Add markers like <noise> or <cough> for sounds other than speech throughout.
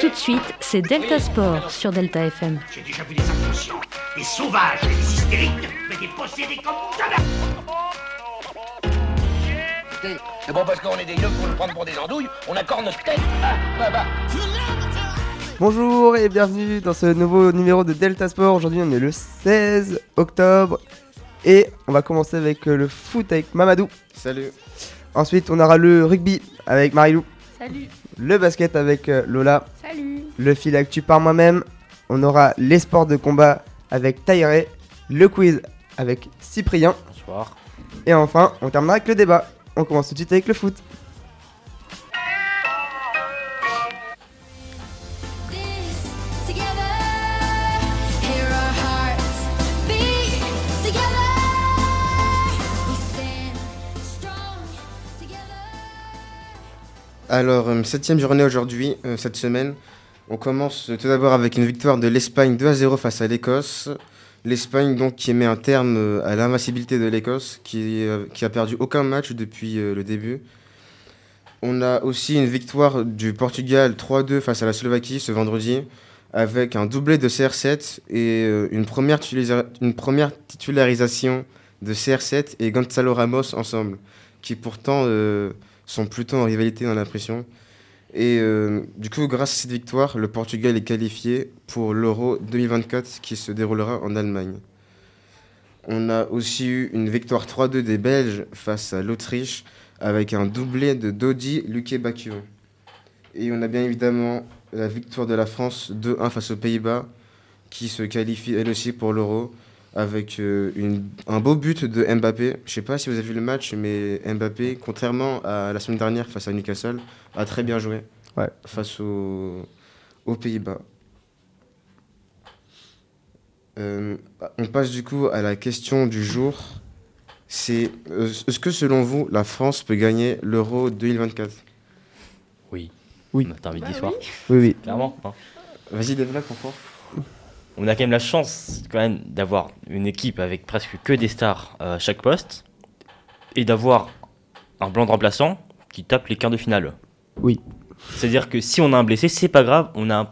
Tout de suite, c'est Delta Sport sur Delta FM. J'ai déjà vu des inconscients, des sauvages, et des hystériques, mais des possédés comme jamais Écoutez, C'est bon parce qu'on est des yeux pour nous prendre pour des andouilles, on accorde notre tête. Ah, bah, bah. Bonjour et bienvenue dans ce nouveau numéro de Delta Sport. Aujourd'hui, on est le 16 octobre et on va commencer avec euh, le foot avec Mamadou. Salut. Ensuite, on aura le rugby avec Marilou, Salut. le basket avec euh, Lola, Salut. le fil actu par moi-même. On aura les sports de combat avec Tairé, le quiz avec Cyprien Bonsoir. et enfin, on terminera avec le débat. On commence tout de suite avec le foot. Together, hear our hearts beat together. We stand strong together. Alors, euh, septième journée aujourd'hui, euh, cette semaine. On commence euh, tout d'abord avec une victoire de l'Espagne 2 à 0 face à l'Écosse. L'Espagne donc qui met un terme euh, à l'invincibilité de l'Écosse, qui, euh, qui a perdu aucun match depuis euh, le début. On a aussi une victoire du Portugal 3-2 face à la Slovaquie ce vendredi, avec un doublé de CR7 et euh, une, première tulisa- une première titularisation de CR7 et Gonzalo Ramos ensemble, qui pourtant euh, sont plutôt en rivalité, on a l'impression. Et euh, du coup, grâce à cette victoire, le Portugal est qualifié pour l'Euro 2024 qui se déroulera en Allemagne. On a aussi eu une victoire 3-2 des Belges face à l'Autriche avec un doublé de Dodi Luque Bakio. Et on a bien évidemment la victoire de la France 2-1 face aux Pays-Bas qui se qualifie elle aussi pour l'Euro avec euh, une- un beau but de Mbappé. Je sais pas si vous avez vu le match, mais Mbappé, contrairement à la semaine dernière face à Newcastle, a très bien joué Ouais. face au- aux Pays-Bas. Euh, on passe du coup à la question du jour. C'est euh, est-ce que selon vous la France peut gagner l'Euro 2024 Oui. Oui. On a envie d'histoire, Oui, oui. clairement. hein. Vas-y développe pourquoi On a quand même la chance quand même d'avoir une équipe avec presque que des stars euh, à chaque poste et d'avoir un blanc de remplaçant qui tape les quarts de finale. Oui. C'est-à-dire que si on a un blessé, c'est pas grave, on a, un-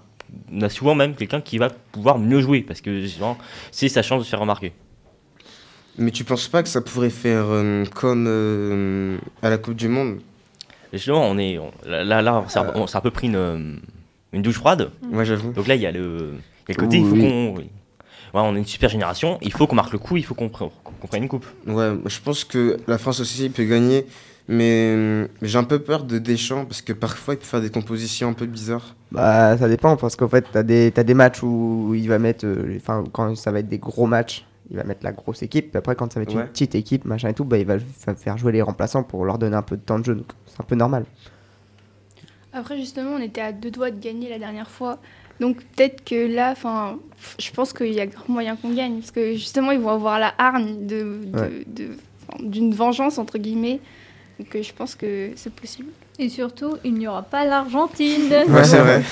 on a souvent même quelqu'un qui va pouvoir mieux jouer parce que souvent, c'est sa chance de se faire remarquer. Mais tu penses pas que ça pourrait faire euh, comme euh, à la Coupe du Monde Et Justement, on est on- là, là, là, on s'est on s'est un peu pris une, euh, une douche froide. Moi j'avoue. Donc là, il y a le, il y a le côté, il faut Oui. qu'on. ouais, on est une super génération, il faut qu'on marque le coup, il faut qu'on pre- qu'on prenne une coupe. Ouais, moi, je pense que la France aussi peut gagner, mais euh, j'ai un peu peur de Deschamps parce que parfois il peut faire des compositions un peu bizarres. Bah, ça dépend parce qu'en fait, t'as des, t'as des matchs où il va mettre. euh, les- Enfin, quand ça va être des gros matchs, il va mettre la grosse équipe. Puis après, quand ça va être Ouais. une petite équipe, machin et tout, bah, il va fa- faire jouer les remplaçants pour leur donner un peu de temps de jeu. Donc, c'est un peu normal. Après, justement, on était à deux doigts de gagner la dernière fois. Donc, peut-être que là, enfin, je pense qu'il y a grand moyen qu'on gagne. Parce que, justement, ils vont avoir la hargne de, de- Ouais. de- enfin, d'une vengeance, entre guillemets. Donc, euh, je pense que c'est possible. Et surtout, il n'y aura pas l'Argentine. Ouais, Ah. c'est vrai.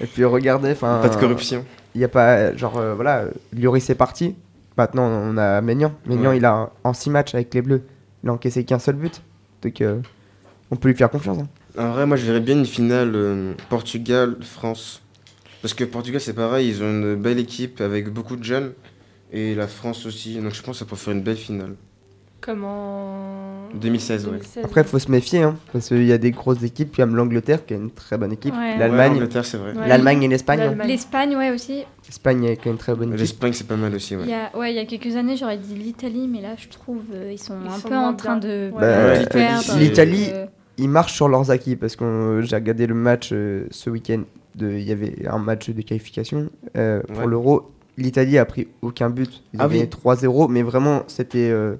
Et puis, regardez, enfin. Pas de corruption. Il n'y a pas. Genre, euh, voilà, euh, Lloris c'est parti. Maintenant, on a Maignan. Maignan, Ouais. il a, un- en 6 matchs avec les Bleus, il a encaissé qu'un seul but. Donc, euh, on peut lui faire confiance. hein. En vrai, moi je verrais bien une finale euh, Portugal-France. Parce que Portugal c'est pareil, ils ont une belle équipe avec beaucoup de jeunes. Et la France aussi, donc je pense que ça pourrait faire une belle finale. Comment 2016, ouais. Après, il faut se méfier, hein, parce qu'il y a des grosses équipes. Puis, il y a l'Angleterre qui est une très bonne équipe. Ouais. Ouais, L'Allemagne. l'Angleterre, c'est vrai. Ouais. L'Allemagne et l'Espagne. hein. L'Espagne, ouais, aussi. L'Espagne est quand même une très bonne équipe. L'Espagne c'est pas mal aussi, Il ouais. y a, ouais, il y a quelques années, j'aurais dit l'Italie, mais là, je trouve, euh, ils sont Ils un sont peu moins en train bien. de Ouais. Bah, Ouais, de perdre. c'est- l'Italie- euh, ils marchent sur leurs acquis parce que j'ai regardé le match euh, ce week-end. de- Il y avait un match de qualification euh, pour Ouais. l'Euro. L'Italie a pris aucun but. Ils ont Ah gagné oui. 3-0, mais vraiment, c'était. euh,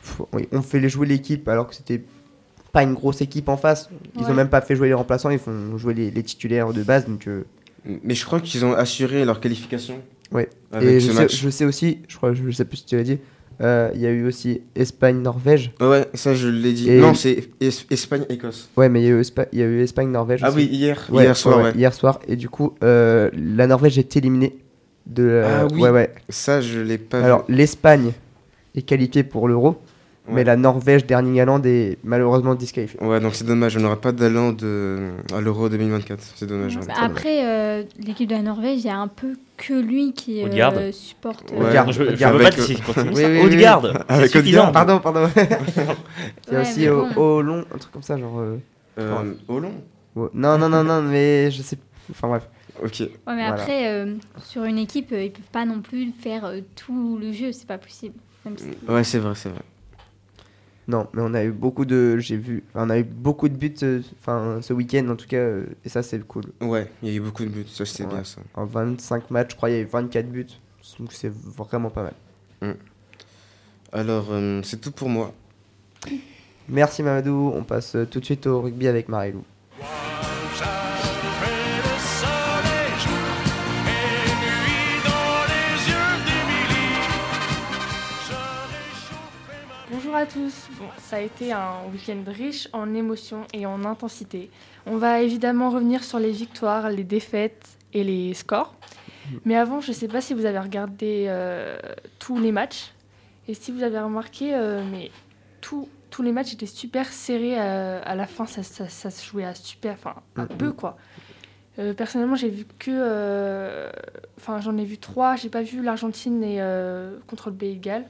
pff, oui, on fait les jouer l'équipe alors que c'était pas une grosse équipe en face. Ils ont Ouais. même pas fait jouer les remplaçants, ils font jouer les, les titulaires de base. Donc, euh, Mais je crois qu'ils ont assuré leur qualification. Ouais. Avec et ce je sais, match. je sais aussi, je crois, je sais plus si tu l'as dit, euh, il y a eu aussi Espagne-Norvège. Ouais, ça je l'ai dit. Et- Non, c'est Es- Espagne-Écosse. Ouais, mais il y a eu, Espa- il y a eu Espagne-Norvège Ah aussi. oui, hier. Ouais, hier soir, ouais, ouais. ouais, Hier soir. Et du coup, euh, la Norvège est éliminée. De, la- Ah oui. Ouais, ouais. Ça, je l'ai pas Alors, l'Espagne est qualifiée pour l'Euro. Mais la Norvège, Dernigaland est malheureusement disqualifiée. Ouais, donc c'est dommage, on n'aura pas d'allant de... à l'Euro 2024. C'est dommage. hein. Bah, vraiment. Après, euh, l'équipe de la Norvège, il y a un peu que lui qui euh, Odegaard. supporte. Ouais. Regarde, je, je regarde. veux pas Avec, que euh, si continue oui, ça. oui, oui. Odegaard, Ah, c'est Avec suffisant. Odegaard. Pardon, <laughs> pardon. <laughs> Il y a Ouais, mais aussi au, bon. au long, un truc comme ça, genre. euh, Euh, au long ouais. Non, non, non, non, mais je sais. Enfin bref. Ok. Ouais, mais Voilà. après, euh, sur une équipe, euh, ils peuvent pas non plus faire euh, tout le jeu, c'est pas possible. Même si- Ouais, c'est vrai, c'est vrai. Non, mais on a eu beaucoup de. J'ai vu. enfin, on a eu beaucoup de buts euh, enfin, ce week-end en tout cas, euh, et ça c'est cool. Ouais, il y a eu beaucoup de buts, ça c'était Ouais. bien ça. En 25 matchs, je crois, il y a eu 24 buts. Donc c'est vraiment pas mal. Alors, euh, c'est tout pour moi. Merci Mamadou, on passe euh, tout de suite au rugby avec Marilou. Bonjour à tous. Bon, ça a été un week-end riche en émotions et en intensité. On va évidemment revenir sur les victoires, les défaites et les scores. Mais avant, je ne sais pas si vous avez regardé euh, tous les matchs et si vous avez remarqué, euh, mais tous- tous les matchs étaient super serrés. euh, à la fin, ça, ça- ça se jouait à super, enfin à peu quoi. Euh, personnellement, j'ai vu que, euh, enfin, j'en ai vu trois. J'ai pas vu l'Argentine et euh, contre le Pays de Galles.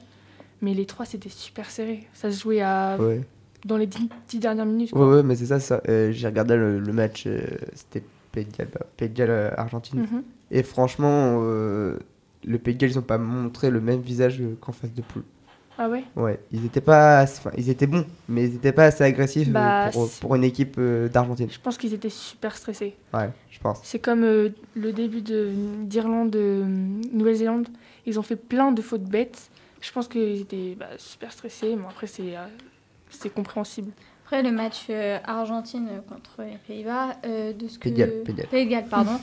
Mais les trois, c'était super serré. Ça se jouait à... Ouais, dans les dix, dix dernières minutes. ouais, quoi. ouais, mais c'est ça, ça. Euh, J'ai regardé le, le match, euh, c'était Pays de Galles, bah, Pays de Galles, euh, Argentine. Mhm. Et franchement, euh, le Pays de Galles, ils ont pas montré le même visage euh, qu'en face de poule. Ah ouais Ouais, ils étaient pas. assez- Enfin, ils étaient bons, mais ils étaient pas assez agressifs euh, Bah, pour, c'est- pour une équipe euh, d'Argentine. Je pense qu'ils étaient super stressés. Ouais, je pense. C'est comme euh, le début de- d'Irlande, de, Nouvelle-Zélande. Ils ont fait plein de fautes bêtes. Je pense qu'ils étaient bah, super stressés. Mais après, c'est euh, c'est compréhensible. Après le match euh, Argentine euh, contre les Pays-Bas, euh, de ce que Pays de Galles, Pays de Galles. Pays de Galles, pardon,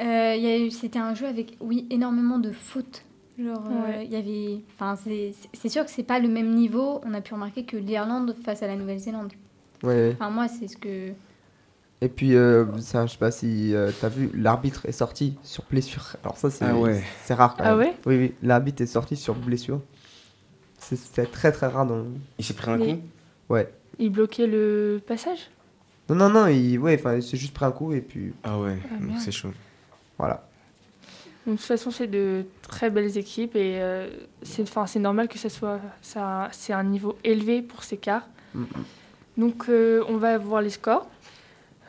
Euh, il y a eu- c'était un jeu avec oui énormément de fautes. Genre euh, Ouais. il y avait, enfin c'est- c'est sûr que c'est pas le même niveau. On a pu remarquer que l'Irlande face à la Nouvelle-Zélande. Ouais. Enfin moi c'est ce que Et puis, euh, ça, je sais pas si euh, t'as vu, l'arbitre est sorti sur blessure. Alors ça, c'est Ah ouais. c'est rare quand même. Ah ouais Oui, oui, l'arbitre est sorti sur blessure. C'est- C'est très très rare dans... Il s'est pris un Mais- coup Ouais. Ils bloquaient le passage Non, non, non, il, ouais, enfin, il s'est juste pris un coup et puis Ah ouais, Ah, donc merde. c'est chaud. voilà. Donc, de toute façon, c'est de très belles équipes et euh, c'est enfin, c'est normal que ça soit ça, c'est un niveau élevé pour ces quarts. Mhm. Donc, euh, on va voir les scores.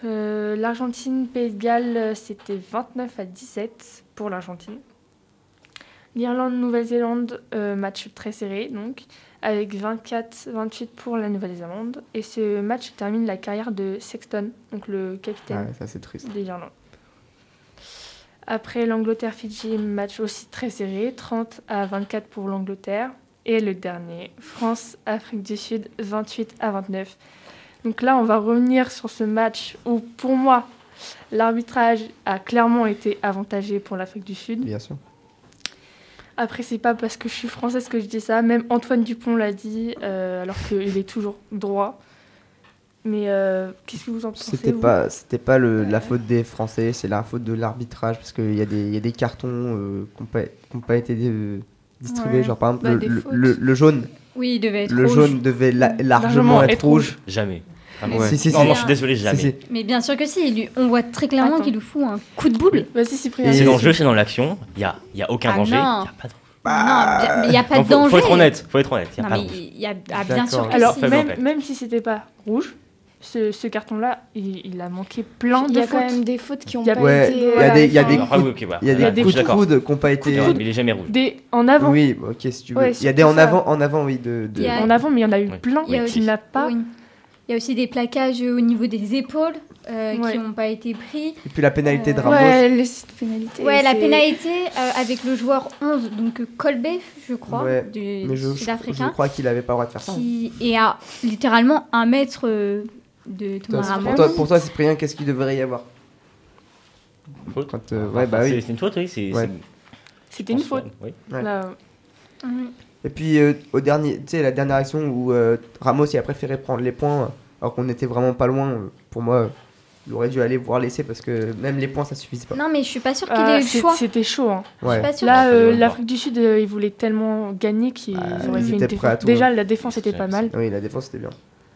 Euh, L'Argentine, Pays de Galles, euh, c'était 29 à 17 pour l'Argentine. L'Irlande, Nouvelle-Zélande, euh, match très serré, donc, avec 24-28 pour la Nouvelle-Zélande. Et ce match termine la carrière de Sexton, donc le capitaine Ouais, ça, c'est triste. des Irlandais. Après l'Angleterre-Fidji, match aussi très serré, 30 à 24 pour l'Angleterre. Et le dernier, France-Afrique du Sud, 28 à 29. Donc là, on va revenir sur ce match où, pour moi, l'arbitrage a clairement été avantagé pour l'Afrique du Sud. Bien sûr. Après, c'est pas parce que je suis française que je dis ça. Même Antoine Dupont l'a dit, euh, alors qu'il est toujours droit. Mais euh, qu'est-ce que vous en pensez C'était vous pas, c'était pas le, la faute des Français, c'est la faute de l'arbitrage parce qu'il y, a des- il y a des cartons euh, qui n'ont pas, qui ont pas été euh, distribués. Ouais. Genre par exemple, Bah, le- des le, fautes. le- le jaune, oui il devait être le rouge. jaune devait la- largement, Largement être, être rouge. Jamais. Ah, Vraiment. Ouais. Si, si, non, si. non, je suis désolé, jamais. Si, si. Mais bien sûr que si, il lui- on voit très clairement Attends. qu'il lui fout un coup de boule. Vas-y, Cyprien. C'est dans le jeu, c'est dans l'action. Il y a, il y a aucun Ah danger. non. Il y a pas de- non, il n'y a pas Bah, Non, de faut, danger. faut être honnête. Faut être honnête. Il y a Non pas mais de- il y a ah, bien D'accord. sûr. que Alors, si. Faible même, impact. même si c'était pas rouge, ce, ce carton-là, il, il a manqué plein Il y de a quand fautes. même des fautes qui ont Il y a- pas Ouais, été. il y a voilà, des- il y a enfin, des- Alors, ah oui, ok, voilà. Il y a Voilà, des je coups suis de d'accord. coude qui n'ont pas été. Alors, Il est jamais rouge. Des en avant. Oui, bah, ok, si tu veux. Ouais, il y a surtout des en ça. avant, en avant, oui. De, de- Il y a- En avant, mais il y en a eu Oui. plein Il y a qui aussi- n'a pas. Oui. Il y a aussi des plaquages au niveau des épaules euh, Ouais. qui n'ont pas été pris. Et puis la pénalité de Euh, Ramos. Ouais, les pénalités. Ouais, la c'est- pénalité euh, avec le joueur 11, donc euh, Colby, je crois, Ouais, du mais je, je- je sud-africain, crois qu'il avait pas le droit de faire ça. qui est à littéralement un mètre euh, de Toi, Thomas c'est- Ramos. pour, toi, pour toi, Cyprien, qu'est-ce qu'il devrait y avoir Faute. quand, euh, Enfin, ouais, bah c'est- oui. C'est une faute, oui. c'est- Ouais. c'est- C'était une je pense, faute. ouais. Ouais. Là, Oui. Et puis, euh, au dernier, tu sais, la dernière action où euh, Ramos il a préféré prendre les points alors qu'on était vraiment pas loin, euh, pour moi, euh, Il aurait dû aller voir l'essai parce que même les points ça suffisait pas. Non, mais je suis pas sûre qu'il Ah, ait eu le c'est- choix. C'était chaud. hein. Je suis Ouais. pas sûre. Là, Ah, fallait euh, le voir. l'Afrique du Sud, euh, ils voulaient tellement gagner qu'ils Ah, auraient ils fait une étaient prêts à défense. tout, Déjà, hein. la défense était pas mal. Ah Oui, la défense c'était bien.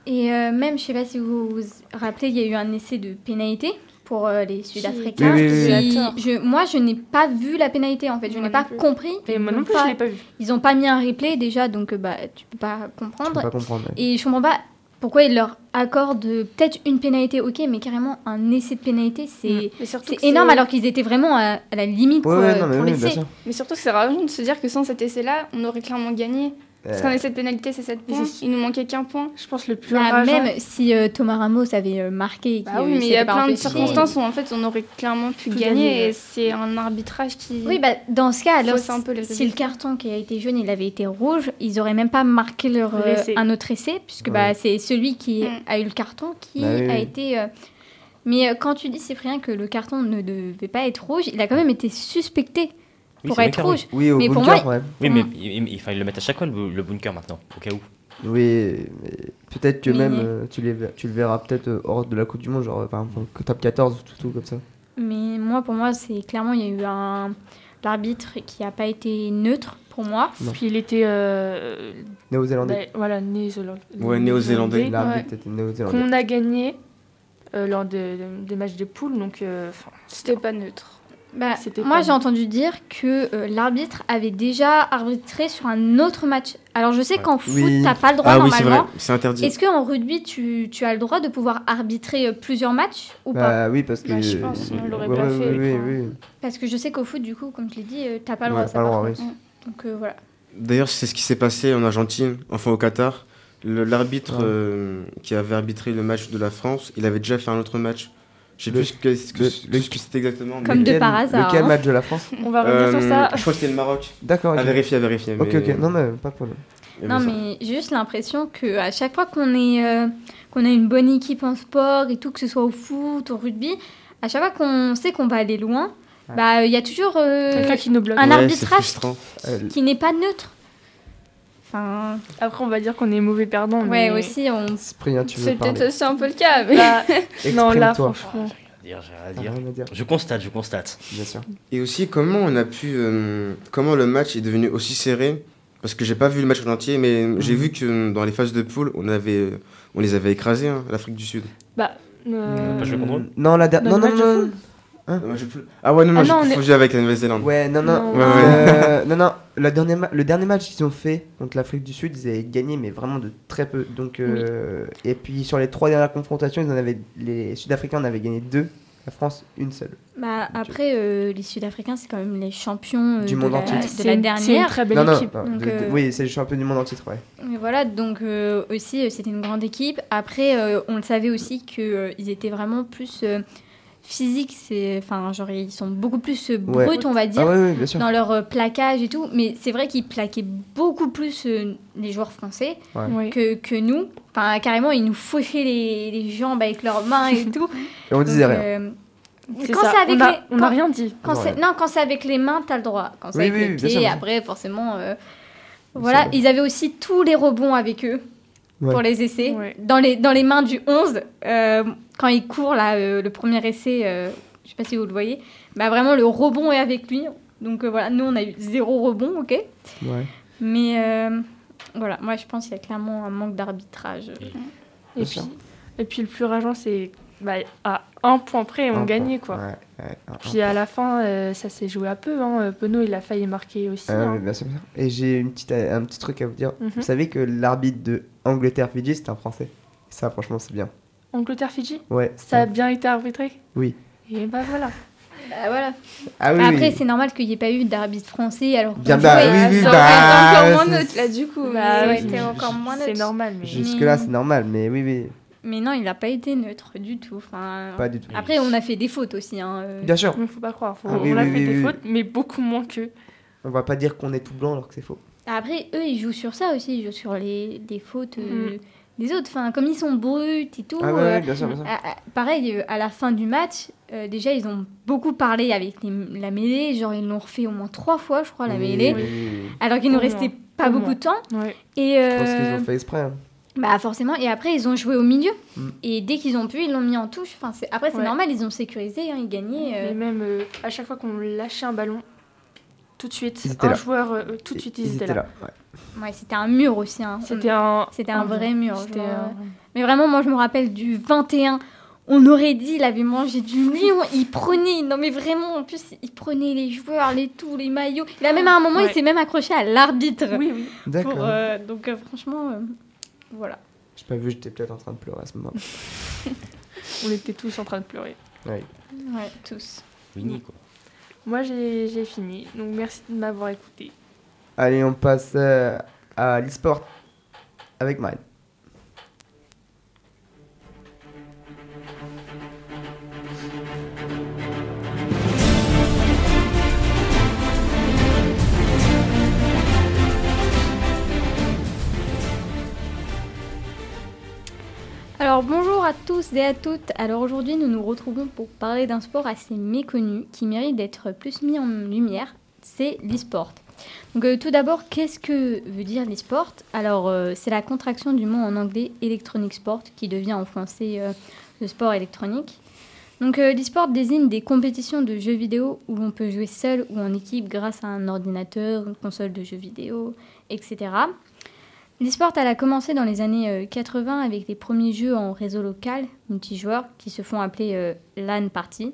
Et euh, même, je sais pas si vous vous rappelez, il y a eu un essai de pénalité pour euh, les Sud-Africains. Oui, oui, oui, oui. qui- D'accord. je- moi, je n'ai pas vu la pénalité en fait. Je Moi n'ai non pas plus. compris. Et moi non Ils plus, ont je pas- l'ai pas vu. Ils ont pas mis un replay déjà, donc euh, bah tu peux pas Je comprendre. peux pas comprendre. ouais. Et je comprends pas pourquoi ils leur accordent peut-être une pénalité, ok, mais carrément un essai de pénalité, Mm. c'est Mais surtout c'est que énorme alors qu'ils étaient vraiment à, à la limite Ouais, pour, ouais, euh, non, mais pour oui, bien l'essai. sûr. Mais surtout que c'est rageant de se dire que sans cet essai-là, on aurait clairement gagné. Parce Euh, qu'on est cette pénalité, c'est 7 Mais points. c'est- Il nous manquait qu'un point. Je pense le plus Bah, rageant. même si euh, Thomas Ramos avait euh, marqué, et Bah qu'il, oui, euh, mais il y s'était a pas plein de empêché. circonstances où en fait on aurait clairement pu Tout gagner, gagner, ouais. et c'est un arbitrage qui. Oui, bah, dans ce cas, alors, Fausser un peu les si habitudes. le carton qui a été jaune, il avait été rouge, ils auraient même pas marqué leur, euh, L'essai. un autre essai, puisque bah, Ouais. c'est celui qui Mm. a eu le carton qui Bah oui, a oui. été. euh, Mais euh, quand tu dis, Cyprien, que le carton ne devait pas être rouge, il a quand même été suspecté Oui, pour c'est être Macaron. rouge. Mmh. Oui, au Mais pour bunker, ouais. Oui, mais il, il fallait le mettre à chaque fois le, le bunker maintenant, au cas où. Oui, mais peut-être que Mais- même euh, tu, les ver- tu le verras peut-être euh, hors de la Coupe du Monde, genre euh, par exemple que top 14 ou tout, tout comme ça. Mais moi, pour moi, c'est clairement, il y a eu un. L'arbitre qui n'a pas été neutre pour moi. Puis il était. euh, Néo-Zélandais. bah, voilà, néo-zélandais. Ouais, néo-zélandais. Néo-zélandais, ouais. L'arbitre était néo-zélandais. Qu'on a gagné euh, lors de- des matchs de poule. Donc, euh, enfin, C'était pas neutre. Bah, C'était moi, pas- j'ai entendu dire que euh, l'arbitre avait déjà arbitré sur un autre match. Alors, je sais qu'en foot, Oui. t'as pas le droit Ah oui, c'est vrai, normalement. c'est interdit. Est-ce qu'en rugby, tu, tu as le droit de pouvoir arbitrer euh, plusieurs matchs ou pas Bah oui, parce que. Bah, je pense, on l'aurait ouais, pas ouais, fait, Oui, quoi. oui, oui. Parce que je sais qu'au foot, du coup, comme je l'ai dit, euh, t'as pas le Ouais, droit. ça, pas le par droit, contre. oui. Donc euh, voilà. D'ailleurs, c'est ce qui s'est passé en Argentine, enfin au Qatar. Le- L'arbitre Ouais. euh, qui avait arbitré le match de la France, il avait déjà fait un autre match. Je sais Le- plus ce que ce que- le- ce le- que c'était exactement. mais- Comme de Lequel- par hasard, Lequel hein. match de la France <laughs> on va revenir Euh, sur ça. Je crois que c'était le Maroc. D'accord, À Ah, ok. vérifier, à vérifier. Ok, mais- euh, ok, non, mais pas de problème. il y avait Non, ça. mais j'ai juste l'impression que à chaque fois qu'on est euh, qu'on a une bonne équipe en sport et tout, que ce soit au foot, au rugby, à chaque fois qu'on sait qu'on va aller loin, Ouais. bah il y a toujours euh, Quelqu'un qui nous bloque. un Ouais, c'est arbitrage frustrant. Euh, qui n'est pas neutre. Enfin, Après, on va dire qu'on est mauvais perdant. ouais mais- <laughs> aussi on. Cyprien, hein, tu C'est veux peut-être parler aussi un peu le cas, <laughs> mais. Bah, non, là, Exprime-toi. franchement. J'ai rien à dire, j'ai rien T'as à dire. rien à dire, Je constate, je constate. bien sûr. Et aussi, comment on a pu. euh, comment le match est devenu aussi serré Parce que j'ai pas vu le match en entier, mais j'ai Mhm. vu que euh, dans les phases de poule, on, avait, euh, on les avait écrasés, hein, l'Afrique du Sud. Bah, Mm. euh, Pas joué contre eux Non, la dernière. Dans Non, le non, match de non. Ah, j'ai plus- ah ouais, non, non, Ah j'ai non, on est- confondu avec la Nouvelle-Zélande. Ouais, non, non. Non. Ouais, ouais. Euh, non, non, la dernière ma- le dernier match qu'ils ont fait contre l'Afrique du Sud, ils avaient gagné, mais vraiment de très peu. Donc, euh, Et puis sur les trois dernières confrontations, ils en avaient, les Sud-Africains en avaient gagné deux, la France une seule. Bah après euh, les Sud-Africains c'est quand même les champions euh, Du de monde la- entier. de c'est- la C'est une dernière. très belle non, non, équipe. non, donc, de- de- euh, oui, c'est le champion du monde en titre, ouais. Mais voilà, donc euh, aussi euh, c'était une grande équipe. Après, euh, on le savait aussi qu'ils étaient vraiment plus euh, physiques. C'est, enfin, genre ils sont beaucoup plus euh, bruts, Ouais. on va dire, Ah, ouais, ouais, bien sûr. dans leur euh, plaquage et tout. Mais c'est vrai qu'ils plaquaient beaucoup plus euh, les joueurs français Ouais. que, que nous. Enfin, carrément, ils nous fauchaient les, les jambes avec leurs mains <laughs> et tout. Et on Donc, disait rien. euh, C'est quand ça. c'est avec on a, les- on a quand- rien dit. quand Non, c'est- non, quand c'est avec les mains, t'as le droit. Quand c'est Oui, avec oui, les oui, bien sûr, pieds, bien sûr. après, forcément. euh, Oui, voilà, c'est vrai. ils avaient aussi tous les rebonds avec eux Ouais. pour les essais. Ouais. Dans, les, dans les mains du 11, euh, quand il court, là, euh, le premier essai, euh, je sais pas si vous le voyez, bah vraiment le rebond est avec lui. Donc euh, voilà, nous on a eu zéro rebond, ok Ouais. Mais euh, voilà, moi je pense qu'il y a clairement un manque d'arbitrage. Et Bien puis, sûr. et puis le plus rageant, c'est bah, à un point près, on Un gagnait point. quoi. Ouais, ouais, un- Puis à la fin, euh, ça s'est joué à peu. Hein. Euh, Benoît, il a failli marquer aussi. Ah, hein. mais bien sûr, bien sûr. Et j'ai une petite, un petit truc à vous dire. Mhm. Vous savez que l'arbitre de Angleterre-Fidji, c'est un Français. Ça, franchement, c'est bien. Angleterre-Fidji, Ouais. c'est ça a un- bien été arbitré. Oui. Et bah voilà. Bah, voilà. Ah oui, Après, oui. c'est normal qu'il n'y ait pas eu d'arbitre français alors qu'on Bien, bah, jouait. oui, oui, <laughs> ça bah, aurait été encore moins c'est- neutre là du coup. Bah, mais- oui. c'était encore moins C'est neutre. normal, mais. Jusque-là, Mais- c'est normal, mais oui, oui, Mais non, il n'a pas été neutre du tout. Enfin, pas du tout. Ah Après, on a fait des fautes aussi. Hein, euh. Bien sûr, Mais faut pas croire. faut- Ah oui, on a oui, fait oui, des oui. fautes, mais beaucoup moins qu'eux. on va pas dire qu'on est tout blanc alors que c'est faux. Après, eux, ils jouent sur ça aussi. Ils jouent sur les, les fautes euh, Mm. des autres. Enfin, comme ils sont bruts et tout. Ah, ouais, euh, ouais, bien sûr, bien sûr. à- à- pareil, euh, à la fin du match, euh, déjà, ils ont beaucoup parlé avec les- la mêlée. Genre, ils l'ont refait au moins trois fois, je crois, la Oui, mêlée. oui, oui, oui. Alors qu'il ne Au moins. restait pas Au beaucoup moins. de temps. Ouais. Et, Je pense qu'ils euh, ont fait exprès. hein. Bah forcément, et après ils ont joué au milieu. Mm. Et dès qu'ils ont pu, ils l'ont mis en touche. Enfin, c'est- après c'est Ouais. normal, ils ont sécurisé, hein, ils gagnaient. euh. Mais même euh, à chaque fois qu'on lâchait un ballon, tout de suite, Ils étaient un là. joueur, euh, tout de suite, ils, étaient, là. ouais. Ouais, c'était un mur aussi. hein. Mm. C'était un, Oh, C'était un vrai mur, C'était genre, euh, un- Mais vraiment, moi, je me rappelle du 21. On aurait dit, il avait mangé du lion. Il prenait, non mais vraiment, en plus, il prenait les joueurs, les tout, les maillots. Il a même à un moment, il Ouais. s'est même accroché à l'arbitre. <laughs> Oui, oui. D'accord. Pour, euh, donc euh, franchement, euh, voilà. J'ai pas vu, j'étais peut-être en train de pleurer à ce moment. On était tous en train de pleurer. Ouais, tous. Winnie, quoi. Moi, j'ai j'ai fini. Donc, merci de m'avoir écouté. Allez, on passe euh, à l'e-sport avec Marine. Alors bonjour à tous et à toutes. Alors aujourd'hui, nous nous retrouvons pour parler d'un sport assez méconnu qui mérite d'être plus mis en lumière. C'est l'e-sport. Donc euh, tout d'abord, qu'est-ce que veut dire l'e-sport Alors euh, c'est la contraction du mot en anglais electronic sport qui devient en français euh, le sport électronique. Donc euh, l'e-sport désigne des compétitions de jeux vidéo où l'on peut jouer seul ou en équipe grâce à un ordinateur, une console de jeux vidéo, etc. L'e-sport, elle a commencé dans les années euh, 80 avec les premiers jeux en réseau local, multijoueurs, qui se font appeler euh, LAN Party.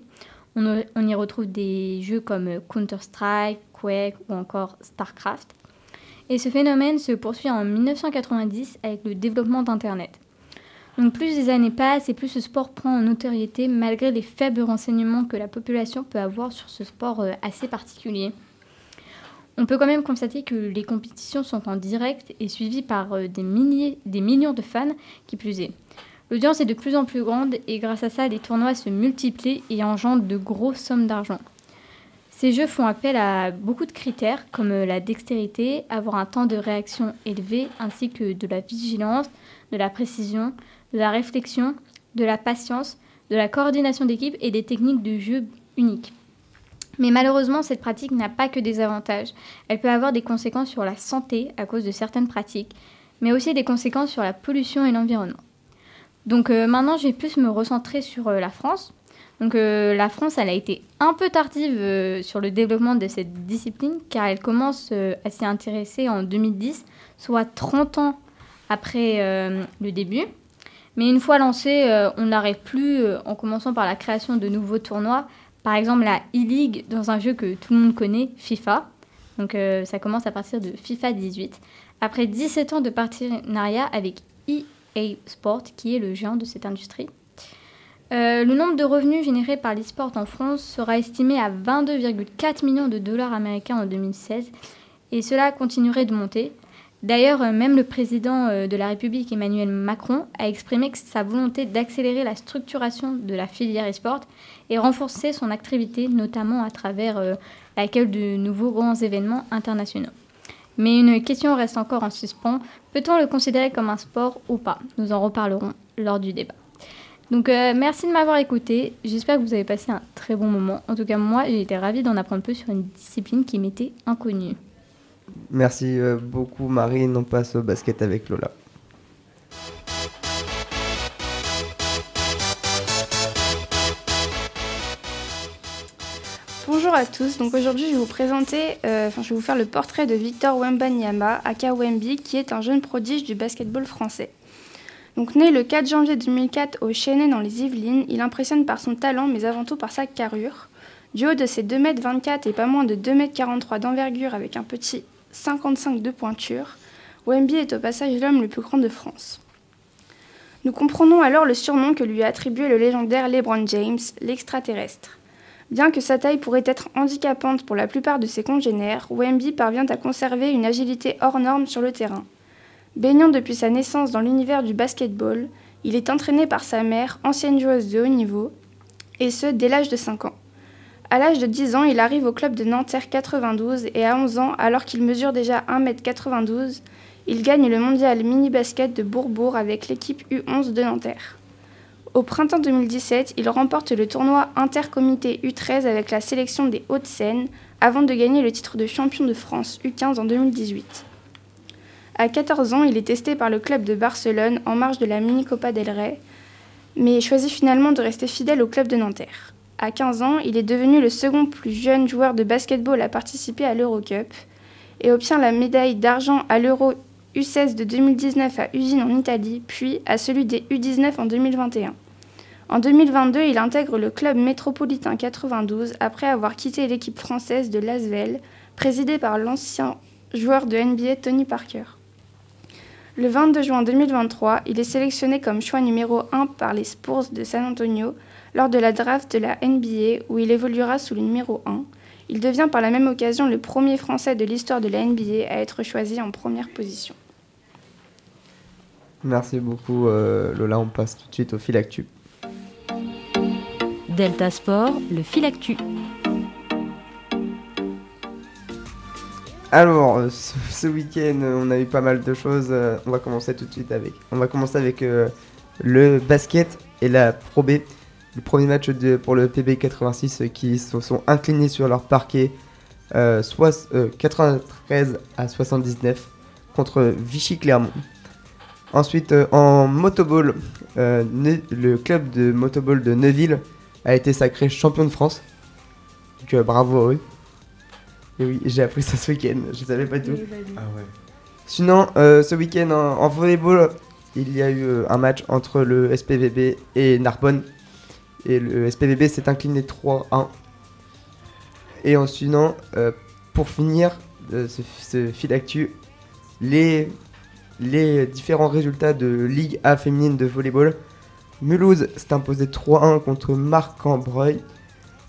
On, o- on y retrouve des jeux comme euh, Counter-Strike, Quake ou encore StarCraft. Et ce phénomène se poursuit en 1990 avec le développement d'Internet. Donc plus les années passent et plus ce sport prend en notoriété malgré les faibles renseignements que la population peut avoir sur ce sport euh, assez particulier. On peut quand même constater que les compétitions sont en direct et suivies par euh, des, milliers, des millions de fans, qui plus est. L'audience est de plus en plus grande et grâce à ça, les tournois se multiplient et engendrent de grosses sommes d'argent. Ces jeux font appel à beaucoup de critères comme euh, la dextérité, avoir un temps de réaction élevé, ainsi que de la vigilance, de la précision, de la réflexion, de la patience, de la coordination d'équipe et des techniques de jeu uniques. Mais malheureusement, cette pratique n'a pas que des avantages. Elle peut avoir des conséquences sur la santé à cause de certaines pratiques, mais aussi des conséquences sur la pollution et l'environnement. Donc euh, maintenant, je vais plus me recentrer sur euh, la France. Donc euh, la France, elle a été un peu tardive euh, sur le développement de cette discipline, car elle commence euh, à s'y intéresser en 2010, soit 30 ans après euh, le début. Mais une fois lancée, euh, on n'arrête plus euh, en commençant par la création de nouveaux tournois. Par exemple, la e-League dans un jeu que tout le monde connaît, FIFA. Donc euh, ça commence à partir de FIFA 18. Après 17 ans de partenariat avec EA Sport, qui est le géant de cette industrie. Euh, le nombre de revenus générés par l'e-sport en France sera estimé à 22,4 millions de dollars américains en 2016 et cela continuerait de monter. D'ailleurs, euh, même le président euh, de la République, Emmanuel Macron, a exprimé que sa volonté d'accélérer la structuration de la filière e-sport et renforcer son activité, notamment à travers euh, laquelle de nouveaux grands événements internationaux. Mais une question reste encore en suspens. Peut-on le considérer comme un sport ou pas Nous en reparlerons lors du débat. Donc euh, merci de m'avoir écouté. J'espère que vous avez passé un très bon moment. En tout cas, moi, j'ai été ravie d'en apprendre plus sur une discipline qui m'était inconnue. Merci euh, beaucoup Marine, on passe au basket avec Lola. Bonjour à tous. Donc aujourd'hui, je vais vous présenter, euh, enfin, je vais vous faire le portrait de Victor Wembanyama, aka Wemby, qui est un jeune prodige du basketball français. Donc né le 4 janvier 2004 au Chénet dans les Yvelines, il impressionne par son talent, mais avant tout par sa carrure. Du haut de ses 2m24 et pas moins de 2m43 d'envergure avec un petit 55 de pointure, Wemby est au passage l'homme le plus grand de France. Nous comprenons alors le surnom que lui a attribué le légendaire LeBron James, l'extraterrestre. Bien que sa taille pourrait être handicapante pour la plupart de ses congénères, Wemby parvient à conserver une agilité hors norme sur le terrain. Baignant depuis sa naissance dans l'univers du basketball, il est entraîné par sa mère, ancienne joueuse de haut niveau, et ce dès l'âge de 5 ans. À l'âge de 10 ans, il arrive au club de Nanterre 92 et à 11 ans, alors qu'il mesure déjà 1m92, il gagne le mondial mini-basket de Bourbourg avec l'équipe U11 de Nanterre. Au printemps 2017, il remporte le tournoi intercomité U13 avec la sélection des Hauts-de-Seine avant de gagner le titre de champion de France U15 en 2018. À 14 ans, il est testé par le club de Barcelone en marge de la mini Copa del Rey, mais choisit finalement de rester fidèle au club de Nanterre. À 15 ans, il est devenu le second plus jeune joueur de basketball à participer à l'Eurocup et obtient la médaille d'argent à l'Euro U16 de 2019 à Usine en Italie, puis à celui des U19 en 2021. En 2022, il intègre le club métropolitain 92 après avoir quitté l'équipe française de Lasvel, présidée par l'ancien joueur de NBA Tony Parker. Le 22 juin 2023, il est sélectionné comme choix numéro 1 par les Spurs de San Antonio lors de la draft de la NBA où il évoluera sous le numéro 1. Il devient par la même occasion le premier Français de l'histoire de la NBA à être choisi en première position. Merci beaucoup, euh, Lola. On passe tout de suite au fil actu. Delta Sport, le fil actu. Alors, euh, ce, ce week-end, euh, on a eu pas mal de choses. euh, On va commencer tout de suite avec. On va commencer avec euh, le basket et la Pro B. Le premier match de, pour le PB 86 euh, qui se sont inclinés sur leur parquet euh, sois- euh, 93 à 79 contre Vichy Clermont. Ensuite, euh, en motoball, euh, Ne- le club de motoball de Neuville a été sacré champion de France. Donc euh, bravo à eux. Et oui, j'ai appris ça ce week-end, je savais pas tout. bah, Ah ouais. Sinon, euh, ce week-end en, en volleyball, il y a eu euh, un match entre le SPVB et Narbonne. Et le SPVB s'est incliné 3-1. Et en sinon, euh, pour finir euh, ce, ce fil actu, les, les différents résultats de Ligue A féminine de volleyball. Mulhouse s'est imposé 3-1 contre Marc-en-Breuil.